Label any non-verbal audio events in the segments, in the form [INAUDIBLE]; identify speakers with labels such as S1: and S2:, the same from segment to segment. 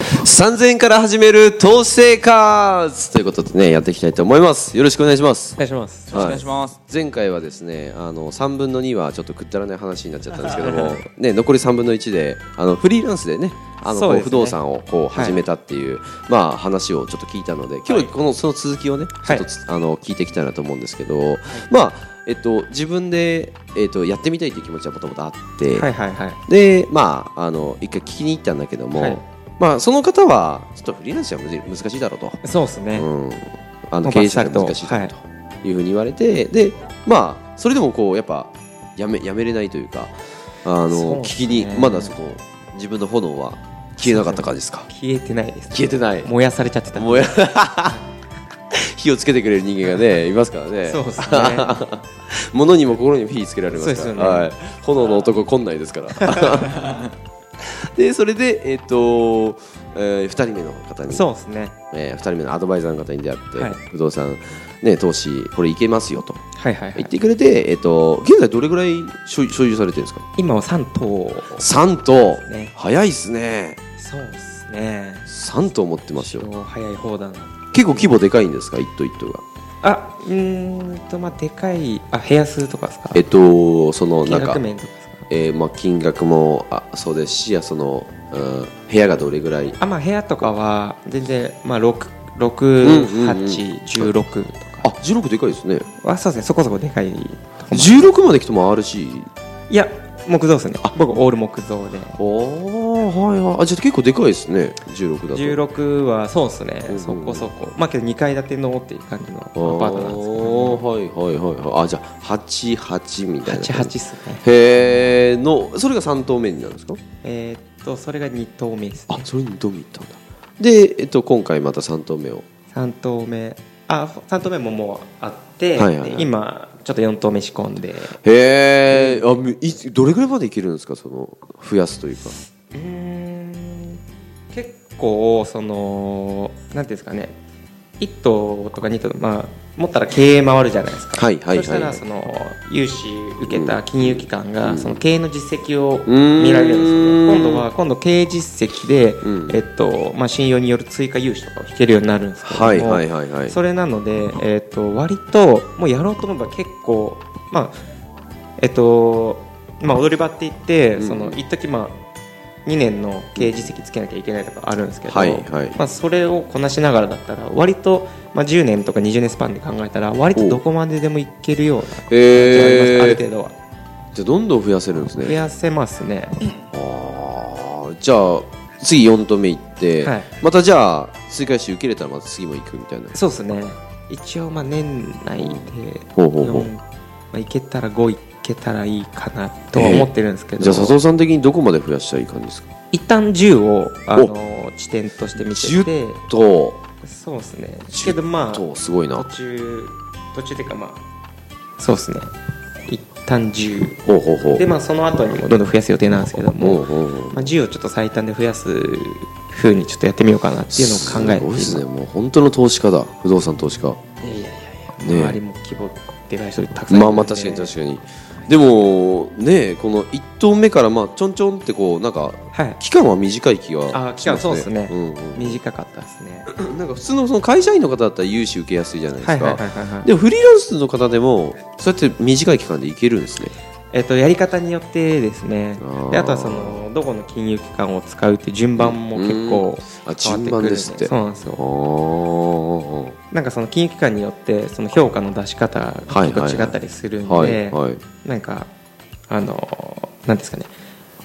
S1: 3000円から始める投資生活ということでねやっていきたいと思いますよろしくお願いします
S2: お願いします
S1: はい
S3: お願いします。
S1: 前回はですねあの3分の2はちょっとくったらない話になっちゃったんですけど
S3: [LAUGHS]
S1: も、ね、残り3分の1であのフリーランスでねあの
S3: そう
S1: こう
S3: です
S1: 不
S3: ね
S1: 動産をこう始めたっていう、まあ、話をちょっと聞いたので今日このその続きをねちょっとつ、あの聞いていきたいなと思うんですけど、まあえっと、自分で、えっと、やってみたいという気持ちはもともとあって、
S2: はいはいはい
S1: でまああの一回聞きに行ったんだけども、
S2: はい
S1: まあその方はちょっとフリーランスはむず難しいだろうと、
S2: そうですね、
S1: うん、あ
S2: も
S1: の
S2: う
S1: 経営者が
S2: バッサリと
S1: 難しいだろうというふうに言われて、でまあそれでもこうやっぱやめやめれないというかあの
S2: そう
S1: 聞
S2: です
S1: き
S2: ね
S1: にまだその自分の炎は消えなかった感じですか
S2: 消えてないです、ね、
S1: 消えてない
S2: 燃やされちゃってた
S1: 燃や [LAUGHS] 火をつけてくれる人間がねいますからね
S2: そう
S1: [LAUGHS]
S2: ですね
S1: 物にも心にも火つけられます
S2: そ
S1: から、
S2: うですよね
S1: はい、炎の男こんないですから
S2: [LAUGHS]
S1: でそれで、えっとえ2人目の方に、
S2: そうですね
S1: え2人目のアドバイザーの方に出会って、
S2: はい
S1: 不動産、ね、投資これいけますよと
S2: はいはい、は
S1: 言っ
S2: い、
S1: てくれて、えっと現在どれぐらい所有所有されてるんですか
S2: 今は3頭
S1: 3頭、
S2: ね
S1: 早いですね
S2: そうですね
S1: 3頭持ってますよ
S2: 一応早い方だな
S1: 結構規模でかいんですか一頭一頭が
S2: あうーんとまあでかいあ部屋数とかですか
S1: えっとそのなん
S2: 金
S1: か
S2: 額面とかですか
S1: えーまあ、金額もあそうですしあその、うん、部屋がどれぐらい
S2: あまあ部屋とかは全然まあ
S1: うんうん
S2: 6816と
S1: あ
S2: か
S1: 16でかいですね
S2: あそうですねそこそこでかいとこも
S1: 16まで来ても RC
S2: いや木造ですね僕オール木造で
S1: あーはいはいあじゃあ結構でかいですね16だと
S2: 16はそうですね、
S1: うんうん
S2: そこそこまあけど2階建てのっていう感じのアパ
S1: あ
S2: ートなんですけど、
S1: ーはいはいはいはいあじゃあ88みたいな
S2: 八88っすね
S1: へえのそれが3棟目になるんですか
S2: えーっとそれが2棟目です
S1: あ
S2: ね
S1: それにドミ行ったんだで、えっと、今回また3棟目を
S2: 3棟目あ3棟目ももうあって、
S1: はいはいはい
S2: で今ちょっと4棟目仕込んで
S1: へえあみいどれぐらいまでいけるんですかその増やすというか
S2: うーん結構そのなんていうんですかね1棟とか2棟まあ持ったら経営回るじゃないですか
S1: はいはいはいはい
S2: そしたらその融資受けた金融機関
S1: う
S2: が
S1: ん
S2: その経営の実績を
S1: ーん
S2: 見られるんですよね今度は今度経営実績で、
S1: うん
S2: えっとまあ、信用による追加融資とかを引けるようになるんですけれども、
S1: はいはいはいはい
S2: それなので、えっと割ともうやろうと思えば結構まあえっとまあ踊り場って言って、
S1: うん
S2: その一時まあ2年の経営実績つけなきゃいけないとかあるんですけど、
S1: はいはい
S2: まあ、それをこなしながらだったら割と、まあ、10年とか20年スパンで考えたら割とどこまででもいけるような感じがあります、
S1: へー
S2: ある程度は
S1: じゃあどんどん増やせるんです
S2: 増
S1: ね
S2: やせますね
S1: あーじゃあ次4投目行って、
S2: はい
S1: またじゃあ追加し受けれたらまた次も行くみたいな
S2: そうですね一応まあ年内で
S1: ほうほうほう
S2: 四まあ、いけたら5いけたらいいかなとは思ってるんですけど、
S1: じゃあ佐藤さん的にどこまで増やしたらいい感じですか
S2: 一旦10をあの地点として見てて
S1: 10と
S2: そうですね
S1: 10
S2: けどまあ
S1: とすごいな
S2: 途中途中っていうかまあそうですね一旦10
S1: ほうほうほう
S2: でまあその後にもどんどん増やす予定なんですけど
S1: ほう
S2: も、
S1: ほうほう
S2: まあ、10をちょっと最短で増やすふうにちょっとやってみようかなっていうのを考えて
S1: すごいですね
S2: 今
S1: もう本当の投資家だ不動産投資家
S2: いやいやいや
S1: ねえ
S2: 周りも規模でかい人たくさんい
S1: まあ
S2: るんで
S1: まあ確かに確かにでもねこの1投目からまあちょんちょんってこうなんか
S2: はい
S1: 期間は短い気がしますね
S2: あ期間そうですね
S1: ん
S2: 短かったですね
S1: うん、なんか普通のその会社員の方だったら融資受けやすいじゃない [LAUGHS] で
S2: は
S1: す
S2: い
S1: か、
S2: はいはいはい、はい
S1: でもフリーランスの方でもそうやって短い期間でいけるんですね
S2: えっとやり方によってですね
S1: あー
S2: であとはそのどこの金融機関を使うっていう順番も結構
S1: うんあ
S2: 変わって
S1: 順
S2: く
S1: 番
S2: るん
S1: ですって
S2: そうなんです
S1: あ
S2: よ
S1: ー
S2: なんかその金融機関によってその評価の出し方が
S1: はい
S2: 結
S1: はいは
S2: 構
S1: い
S2: 違ったりするんで、
S1: はいはい
S2: なんかあのなんですかね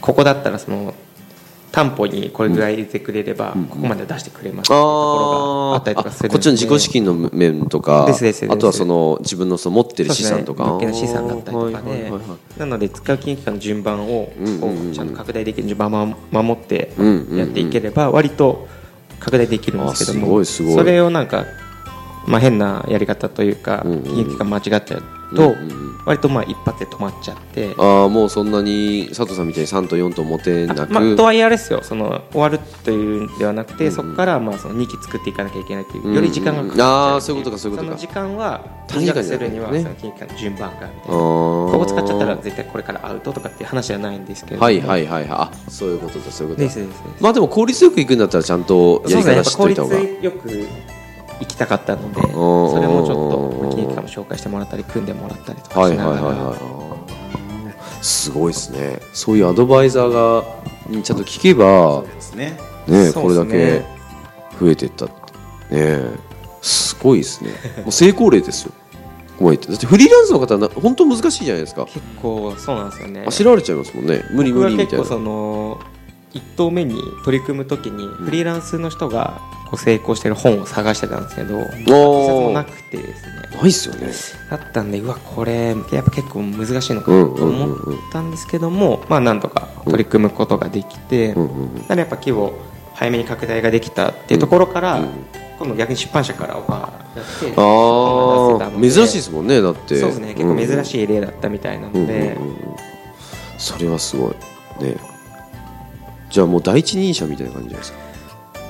S2: ここだったらその担保にこれぐらい入れてくれれば、
S1: うん
S2: ここまで出してくれますっていうところがあ
S1: あ
S2: ったりとかするんで
S1: こっちの自己資金の面とか
S2: ですですです
S1: あとはその自分のその持ってる資産とか、
S2: そうですね、物件の資産だったりとかで、
S1: はいはいはいはい
S2: なので使う金融機関の順番をこ
S1: う
S2: う
S1: んうんうん
S2: ちゃんと拡大できる順番を守って
S1: うんうんうん
S2: やっていければ割と拡大できるんですけど
S1: あ
S2: も、
S1: すごいすごい
S2: それをなんか、まあ、変なやり方というか、
S1: うんうん
S2: 金融機関間違っちゃうと、
S1: うんうん
S2: 割とまあ一発で止まっちゃって
S1: ああもうそんなに佐藤さんみたいに3と4と持てな
S2: あ
S1: く、
S2: まあ、とはいえあれですよその終わるというんではなくて、
S1: うんうん
S2: そこからまあその2期作っていかなきゃいけないっていう、
S1: うんうん
S2: より時間がかかっち
S1: あ
S2: ゃう
S1: ーそういうことかそういうことか
S2: の時間は
S1: 短時
S2: 短
S1: 間じ
S2: 縮
S1: ゃ
S2: す
S1: な
S2: る
S1: いん
S2: に
S1: だ
S2: は
S1: ね
S2: その短時間の順番がみたいなこ
S1: こ
S2: こ使っちゃったら絶対これからアウトとかっていう話じゃないんですけれども
S1: はいはいはいはいあそういうことだそういうこと
S2: で
S1: だ
S2: すですです
S1: まあでも効率よくいくんだったらちゃんとやり
S2: そ
S1: 方
S2: うですねやっぱ
S1: 知っといた方が
S2: 効率よく行きたかったので
S1: んうんうん
S2: それもちょっと経験も紹介してもらったり組んでもらったりとか
S1: はいは
S2: し
S1: い
S2: な
S1: はい
S2: がら、
S1: はいすごいですねそういうアドバイザーがにちゃんと聞けば
S3: ですね
S1: ね
S2: そ
S1: こ
S2: う
S1: れ
S2: ですね
S1: だけ増えてったってねすごいですねもう成功例ですよここまで言ってだってフリーランスの方はな本当難しいじゃないですか
S2: 結構そうなんですよね
S1: あしらわれちゃいますもんね無理
S2: 僕
S1: 無
S2: は
S1: 理みたい
S2: 結
S1: な
S2: 構その一投目に取り組むときにフリーランスの人がこう成功してる本を探してたんですけど一冊もなくてですね
S1: ないっすよね
S2: だったんでうわこれやっぱ結構難しいのか
S1: う
S2: と
S1: んうんうん
S2: 思ったんですけども、まあなんとか取り組むことができて、
S1: うんうんうん
S2: だからやっぱ規模早めに拡大ができたっていうところから、
S1: うん
S2: 今度逆に出版社からオファーが来て
S1: ああ珍しいですすもんねだって
S2: そうですね結構珍
S1: い
S2: しい例だったみたいなので、
S1: それはすごいねじゃあもう第一人者みたいな感じじゃないですか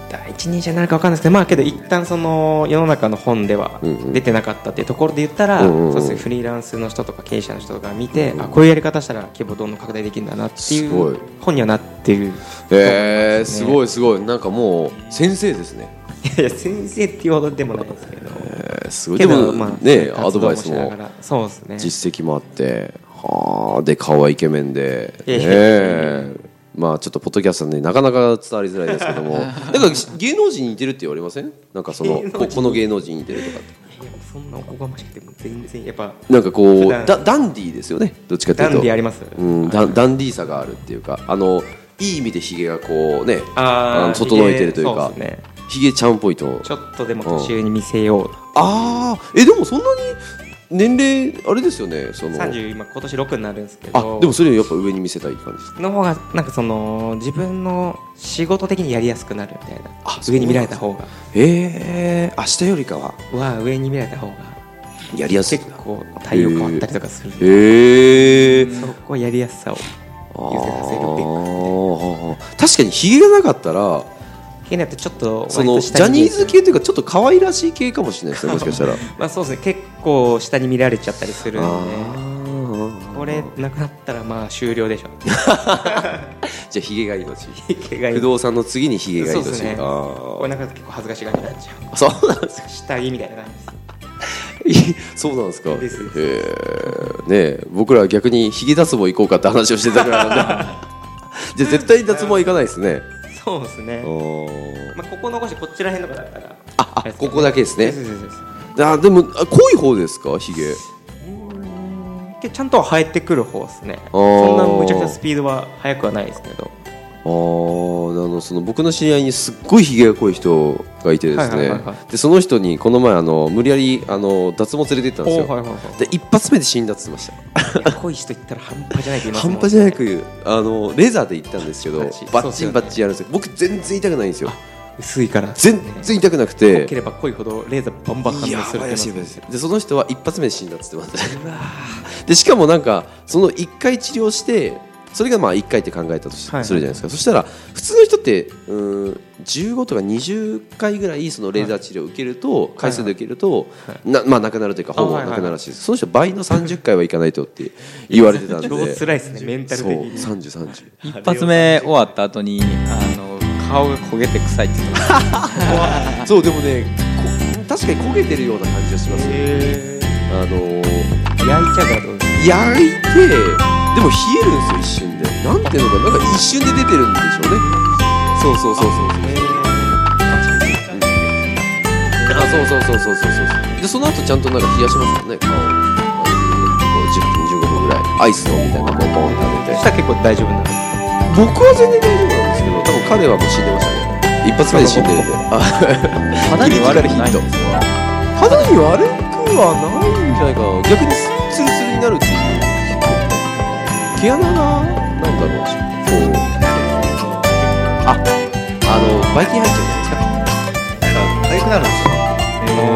S2: 第一人者になるか分かんないですけどまあけど一旦その世の中の本では
S1: うんうん
S2: 出てなかったっていうところで言ったら、
S1: うんうんうん
S2: そうですねフリーランスの人とか経営者の人とか見て、あこういうやり方したら規模どんどん拡大できるんだなってい
S1: すごいう
S2: 本にはなってる
S1: えー、す
S2: すね
S1: ごいすごいなんかもう先生ですね、
S2: いやいや先生っていうほどでもないですけど。
S1: えー、すごい
S2: け
S1: で
S2: ど
S1: も、
S2: まあ、
S1: ねアド
S2: 活動
S1: バ
S2: も
S1: イス
S2: しな
S1: も
S2: がらそうですね
S1: 実績もあってはあで顔はイケメンでね
S2: いやいや
S1: えまあちょっとポッドキャストねなかなか伝わりづらいですけ [LAUGHS] どもなんか芸能人に似てるって言われませんなんかその
S2: 芸能人
S1: ここの芸能人に似てるとかって
S2: いやそんなおこがましくても全然やっぱ
S1: なんかこう
S2: 普段
S1: ダダンディーですよねどっちかという
S2: ダ
S1: と
S2: ンディあります
S1: うん、ダンダンディーさがあるっていうかあのいい意味でひげがこうね
S2: あー
S1: あの整えてるというか
S2: ひげそうですね
S1: ひげ、ちゃんぽいと
S2: ちょっとでも年上に見せよう
S1: ああえでもそんなに年齢あれですよねその
S2: 30今今年6になるんですけど
S1: あでもそれをやっぱ上に見せたい感じです
S2: の方がなんかその自分の仕事的にやりやすくなるみたいな
S1: あ
S2: 上に見られた方が
S1: ええ明日よりかは
S2: は上に見られた方が
S1: やりやすい
S2: 結構対応変わったりとかするんで、
S1: へえー、
S2: そこはやりやすさを
S1: あ
S2: 優先させるべく
S1: ー確かにひげがなかったら
S2: ひげだとちょっと
S1: その
S2: 割と
S1: ジ
S2: 下
S1: ャ
S2: に
S1: ニ
S2: 見
S1: ー
S2: えちゃ
S1: ズ
S2: う
S1: 系というかちょっと可愛らしい系かもしれないです
S2: [LAUGHS]
S1: ねもしかしたら
S2: まあそうですね結構下に見られちゃったりするんで
S1: ー
S2: これなくなったらまあ終了
S1: [LAUGHS]
S2: でしょ
S1: じゃあひげが命
S2: ひげがいい
S1: 不動産の次にひげが
S2: そ
S1: 命、
S2: うです
S1: し
S2: ね
S1: あ
S2: これ
S1: ー
S2: なくなったら結構恥ずかしがりになっちゃ
S1: そうなん
S2: う下着みたいな感じです
S1: いい [LAUGHS] そうなんですか。
S2: ですです
S1: えーねえ僕らは逆にひげ脱毛行こうかって話をしてたぐ
S2: [LAUGHS]
S1: らいなんで。じゃあ絶対に脱毛行かないですね。
S2: そうですね、
S1: おー
S2: まあ、ここ残してこっちら辺とかだったら
S1: あ
S2: あれ
S1: あ
S2: ですか
S1: ここだけですね
S2: そう。そうそうそう
S1: あでもあ濃い方ですかひげ。
S2: けどちゃんとは生えてくる方ですね
S1: あー
S2: そんなむちゃくちゃスピードは速くはないですけど
S1: あーあのその僕の知り合いにすっごいひげが濃い人がいてです
S2: はい
S1: ね
S2: はいはいは。
S1: でその人にこの前あの無理やりあの脱毛連れて行ったんです
S2: おーは
S1: よ。
S2: いはいはい
S1: で一発目で死んだって言ってました。
S2: いや恋しと言ったら半端じゃないって言います
S1: 半端じゃな
S2: 言
S1: くあのレーザーで行ったんですけど
S2: バッチリ
S1: バ
S2: そ
S1: ッ
S2: うで
S1: チン
S2: すよね
S1: バッチンやるんですよ。僕全然痛くないんですよ。
S2: 薄いから
S1: 全然痛くなく
S2: 濃け
S1: て。
S2: れば濃いほどレーザーバンバン反応
S1: いや
S2: する
S1: ば
S2: っ
S1: いら
S2: て言
S1: しいば
S2: い
S1: い
S2: ま
S1: ら
S2: す
S1: しいでその人は一発目で死んだっつってま [LAUGHS] したでしかもなんかその1回治療してそれがまあ1回って考えたとし
S2: はいはい
S1: するじゃないですかそしたら普通の人ってうーん15とか20回ぐらいそのレーザー治療を受けると回数で受けるとなまあなくなるというかほぼ
S2: あはいはい
S1: なくなるらしいですその人倍の30回はいかないとって言われて
S2: [LAUGHS]
S1: たんで
S2: 超辛いですねメンタル
S1: そう
S2: 的に
S1: 3030
S4: 一発目終わった後にあの顔が焦げて臭いって言ってました
S1: そうでもねこ確かに焦げてるような感じがしますねあのー
S2: 焼いちゃうからどうです
S1: 焼いてでも冷えるんですよ一瞬でなんていうのかななんか一瞬で出てるんでしょうねそうそうそうそうあそうそうそうそうそうそうでその後ちゃんとなんか冷やしますもんね顔をあのこう10分15分ぐらいアイスのみたいなのをボンってあげて
S2: 下結構大丈夫なの
S1: 僕は全然大丈夫なんですけど多分彼はもう死んでましたね一発目で死んでるんであ
S4: 肌に悪く
S1: クリティカル
S4: な
S1: ヒ
S4: い
S1: ット
S4: んですよ
S1: 肌に悪くはないんじゃないかな逆にツルツルになるっていう毛穴がなんだろうこうああのばい菌入っちゃ
S3: 痒くなるんですよえーはい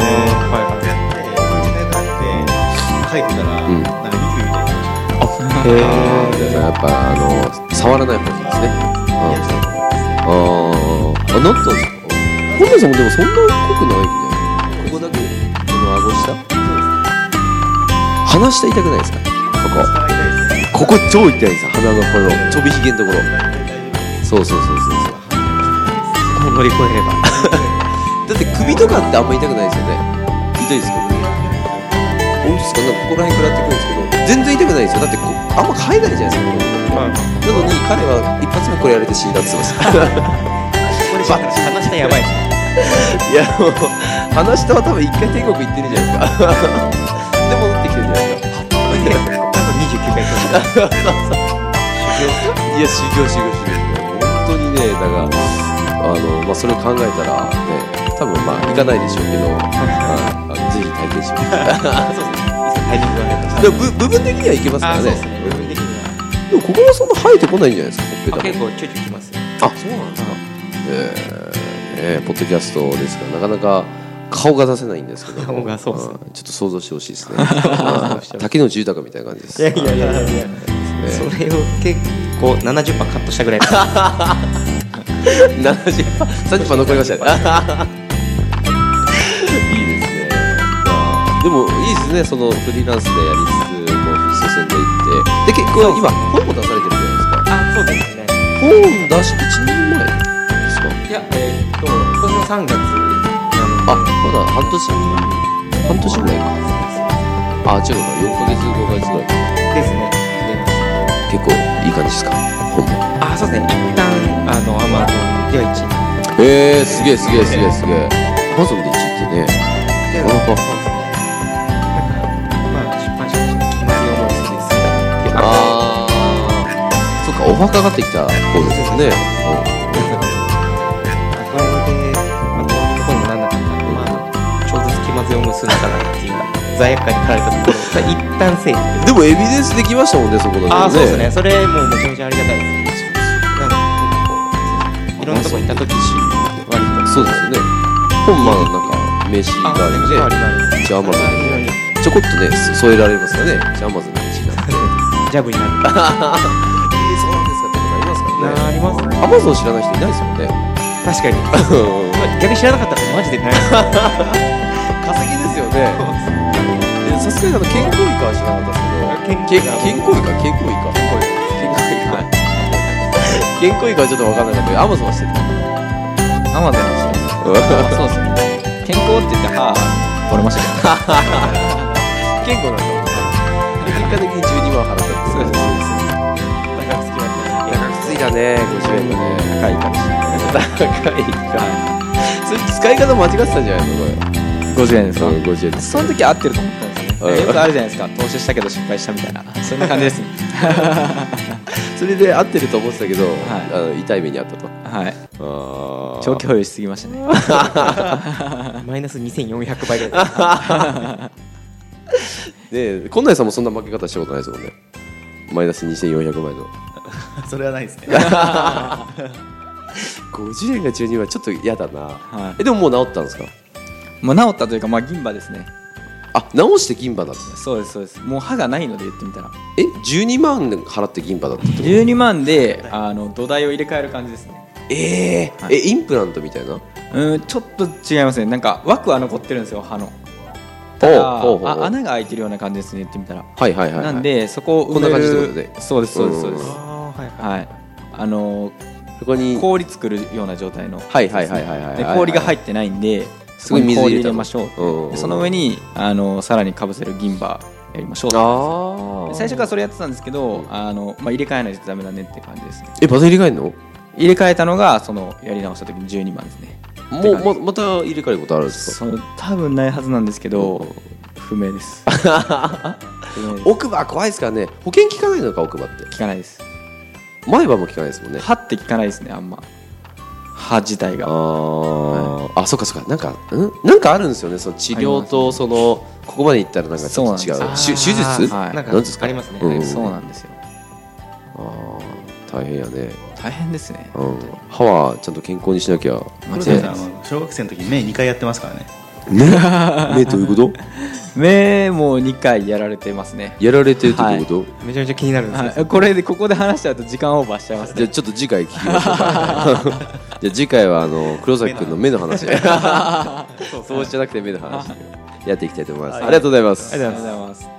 S3: はいで時代があって書いてたら、
S1: うん
S3: なんか
S2: へ
S1: 皆さんやっぱあの触らない方がいいですね。うん、あーあ、なったんですか。本田さんもでもそんな濃くないんで。ここだけこの顎下。鼻下痛くないですか。ここ。ここ超痛いです。鼻のこのちょびひげのところ。そうそうそうそうそう。
S2: もう乗り越え [LAUGHS] れば
S1: だって首とかってあんま痛くないですよね痛いですけど本当ですかなんかここら辺食らってくるんですけど全然痛くないですよだってこうあんま生えないじゃないですかこの
S2: はい
S1: なのに彼は一発目これやれて死んだって言ってました
S2: これし話したらやばいで
S1: [LAUGHS]
S2: す
S1: いやもう話したは多分一回天国行ってるじゃないですか [LAUGHS] で戻ってきてるじゃないですか
S2: 多分29回行き
S1: いや修行修行修行本当にねだからあの、まあ、それを考えたらね多分まあ行かないでしょうけど、はいあのぜひ体験してみて
S2: ますタイミングがね
S1: でも部部分的にはいけますから
S2: あ
S1: ね
S2: そうですね
S1: うん
S2: 的には
S1: でもここはそんな生えてこないんじゃないですか、ほっ
S2: あ
S1: ぺ
S2: 結
S1: たも。
S2: 構ちょいちょい来ます
S1: あ、そうなんですか。えーねポッドキャストですから、なかなか顔が出せないんですけども。
S2: [LAUGHS] 顔がそうですね
S1: んちょっと想像してほしいです
S2: [LAUGHS]
S1: ね。はい竹野内豊みたいな感じです。 [LAUGHS]
S2: いやいやいやい
S1: ね
S2: やそれを結構70%カットしたぐらいです
S1: 七十パー、三十パー残りましたね。いいですね。ま
S2: [LAUGHS]
S1: あでもいいですね。そのフリーランスでやりつつ、こう進んでいって、で結構今本も出されてるじゃないですか。
S2: あそうですね
S1: 本出し一年前ですか。
S2: いやえーっと今年の3月
S1: あ、
S2: なので
S1: まだ半年半年ぐらいか。あ、違うか、4ヶ月、5ヶ月ぐらい。
S2: ですね
S1: 結構いい感じですか、本も。
S2: であそうですね一旦あのアマゾンでは1位
S1: えー、すげえすげえすげえすげえ。アマゾンで1位ってね、
S2: け
S1: な
S2: ど、
S1: か
S2: そ
S1: なか
S2: うですね。なんか、まあ、出版社の決まりをもうすぐに済んだっていうか、
S1: あー、そっか、オファーかかってきた方ですよね。
S2: これで、まあ、どうにもこうにもなんなかったんでまあ、ちょうど気まずいを結んだかなっていう、罪悪感に駆られたところ、さ一旦整理っていう。
S1: でもエビデンスできましたもんね、そこだけね。
S2: ああ、そうですね。。それ、もうめちゃめちゃありがたいです。なんか、結構、いろんなとこ行った時し、割と。
S1: そうですよね。本、まあ、なんか、名刺
S2: あ、
S1: があるんで、
S2: ね
S1: じゃあアマゾンで、ちょこっとね、添えられますからね。じゃあアマゾンの名刺があ [LAUGHS] って。
S2: ジャブにな
S1: え
S2: る。
S1: ー、そうなんですかってことありますからね。ア
S2: なりますね。
S1: マゾン知らない人いないですもんね。
S2: 確かに。逆に知らなかったらマジでない。
S1: 化石ですよね。でさすがにあの健康医科は知らなかったですけど。健康医科健康医科健康医科健康医科はちょっと分かんなかったけど、アマゾンはしてた。
S4: アマゾンの人あそうですね健康って言って歯折れましたけどね
S1: 健康なんだもんね。で結果的に12万払ったってそうです。
S2: 高くつきました。
S1: きついだね、50円がね。
S4: 高い感
S1: 高いか。それ使い方間違ってたんじゃないのこ
S4: じ50円ですか
S1: れ。50円です。
S4: その時合ってると思ったんですよ
S1: うん
S4: ねよくあるじゃないですか投資したけど失敗したみたいなそんな感じですね
S1: それで合ってると思ってたけど、
S4: い
S1: あの痛い目にあったと。
S4: はい
S1: あー
S4: 長期保有しすぎましたね
S2: マイナス2400倍ぐらい。
S1: で、こんなさんもそんな負け方したことないですもんね。マイナス2400枚の。
S3: それはないですね。
S1: 50円が12枚、ちょっと嫌だな。
S4: は
S1: え、でももう治ったんですか
S4: いもう治ったというかまあ銀歯ですね
S1: あ、治して銀歯だった。
S4: そうですそうですもう歯がないので言ってみたら
S1: え、12万払って銀歯だったってこ
S4: 12万であの土台を入れ替える感じですね
S1: とえー
S4: はい
S1: え、インプラントみたいな
S4: うんちょっと違いますねなんか枠は残ってるんですよ歯の
S1: おう
S4: あ
S1: ほうほうほう
S4: あ穴が開いてるような感じですね言ってみたら
S1: はいはいはいはい。
S4: なんでそこを
S1: こんな感じってこと
S4: 埋める
S1: で
S4: そうですそうですそうで
S1: う
S4: す
S1: ん
S2: ああ、はいはい。
S4: はいあの
S1: そこに、
S4: 氷作るような状態の
S1: はいはいはいはいはいはい
S4: で
S1: はい。
S4: 氷が入
S1: っ
S4: ってないんで
S1: そこに水
S4: そこに氷
S1: 入れ
S4: 入
S1: た
S4: れ
S1: の
S4: ましょうって
S1: うんうんうん
S4: でその上にあのさらにかぶせる銀歯やりましょうって
S1: ああ。
S4: 最初からそれやってたんですけどあの、まあ、入れ替えないとダメだねって感じですね
S1: え、また入れ替えんの
S4: 入れ替えたのがそのやり直した時に12番ですね
S1: もう、ま、また入れ替えることあるんですか
S4: その多分ないはずなんですけど不明です不明です
S1: 奥歯怖いですからね。保険効かないのか、奥歯って。
S4: 聞かないです
S1: 前歯も効かないですもんね。
S4: 歯って聞かないですねあんま歯自体
S1: あ
S4: が
S1: ー、あ、そっかそっか、なんか、んなんかあるんですよね、その治療と、その、ここまでいったら、なんかちょっと違
S4: そうなん
S1: う。
S4: で
S1: しゅ手術
S2: あ
S4: は
S2: ー
S4: い
S2: なん
S1: なんです
S2: か
S1: か
S2: ありますね。
S1: うん
S4: そうなんですよ
S1: あー大変やね。
S4: 大変ですね
S1: うん。歯はちゃんと健康にしなきゃ。
S4: 間違い
S3: 黒
S4: な
S3: 田
S4: いで
S3: さ
S4: す
S3: んは小学生の時目2回やってますからね。
S1: ねねどういう [LAUGHS] こと
S4: 目も2回やられてますね
S1: やられてるってどういうこと、
S2: めちゃめちゃ気になるんですよ
S4: はいこれでここで話しちゃうと時間オーバーしちゃいます
S1: じゃあ
S4: ね
S1: ちょっと次回聞きま [LAUGHS] しょうかじゃあ次回はあの黒崎君の目の話そうじゃなくて目の話やっていきたいと思います、ありがとうございます
S4: ありがとうございます